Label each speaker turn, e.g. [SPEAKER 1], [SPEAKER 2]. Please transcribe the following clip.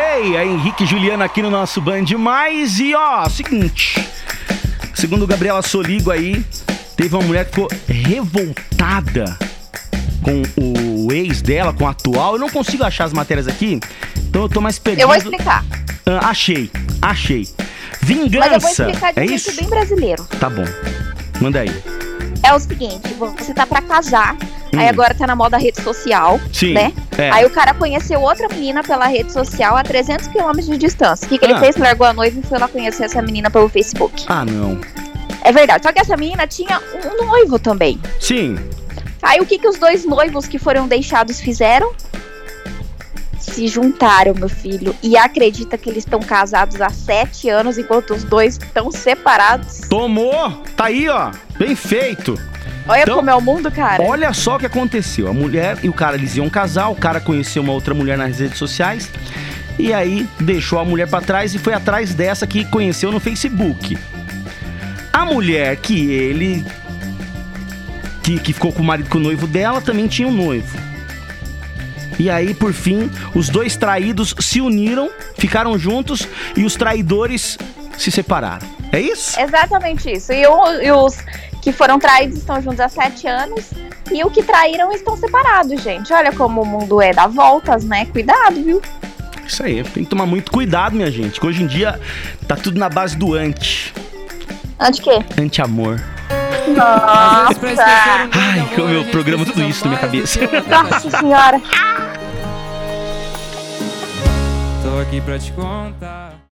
[SPEAKER 1] aí, é Henrique e Juliana aqui no nosso Band Mais. E ó, seguinte. Segundo Gabriela Soligo aí, teve uma mulher que ficou revoltada com o ex dela, com o atual. Eu não consigo achar as matérias aqui, então eu tô mais perdido.
[SPEAKER 2] Eu vou explicar.
[SPEAKER 1] Ah, achei, achei.
[SPEAKER 2] Mas eu vou
[SPEAKER 1] Vingança.
[SPEAKER 2] explicar de
[SPEAKER 1] É
[SPEAKER 2] um jeito
[SPEAKER 1] isso?
[SPEAKER 2] bem brasileiro.
[SPEAKER 1] Tá bom. Manda aí.
[SPEAKER 2] É o seguinte, você tá pra casar, aí
[SPEAKER 1] Hum.
[SPEAKER 2] agora tá na moda rede social,
[SPEAKER 1] Sim.
[SPEAKER 2] né?
[SPEAKER 1] É.
[SPEAKER 2] Aí o cara conheceu outra menina pela rede social a 300 quilômetros de distância. O que, que ele
[SPEAKER 1] Ah.
[SPEAKER 2] fez? Largou a noiva e foi lá conhecer essa menina pelo Facebook.
[SPEAKER 1] Ah, não.
[SPEAKER 2] É verdade. Só que essa menina tinha um noivo também.
[SPEAKER 1] Sim.
[SPEAKER 2] Aí o que, que os dois noivos que foram deixados fizeram? Se juntaram, meu filho. E acredita que eles estão casados há sete anos, enquanto os dois estão separados.
[SPEAKER 1] Tomou. Tá aí, ó. Bem feito.
[SPEAKER 2] Olha
[SPEAKER 1] Então-
[SPEAKER 2] como é o mundo, cara.
[SPEAKER 1] Olha só o que aconteceu. A mulher e o cara, eles iam casar, o cara conheceu uma outra mulher nas redes sociais. E aí deixou a mulher pra trás e foi atrás dessa que conheceu no Facebook. A mulher que ele. Que, que ficou com o marido com o noivo dela também tinha um noivo. E aí, por fim, os dois traídos se uniram, ficaram juntos e os traidores se separaram. É isso?
[SPEAKER 2] Exatamente isso. E, o- e os que foram traídos estão juntos há sete anos. E o que traíram estão separados, gente. Olha como o mundo é dá voltas, né? Cuidado, viu?
[SPEAKER 1] Isso aí, tem que tomar muito cuidado, minha gente, que hoje em dia tá tudo na base do anti,
[SPEAKER 2] Antes que?
[SPEAKER 1] anti-amor.
[SPEAKER 2] Ah! Nossa!
[SPEAKER 1] Ai, como eu programo tudo isso na minha cabeça.
[SPEAKER 2] Nossa senhora!
[SPEAKER 3] Tô aqui pra te contar.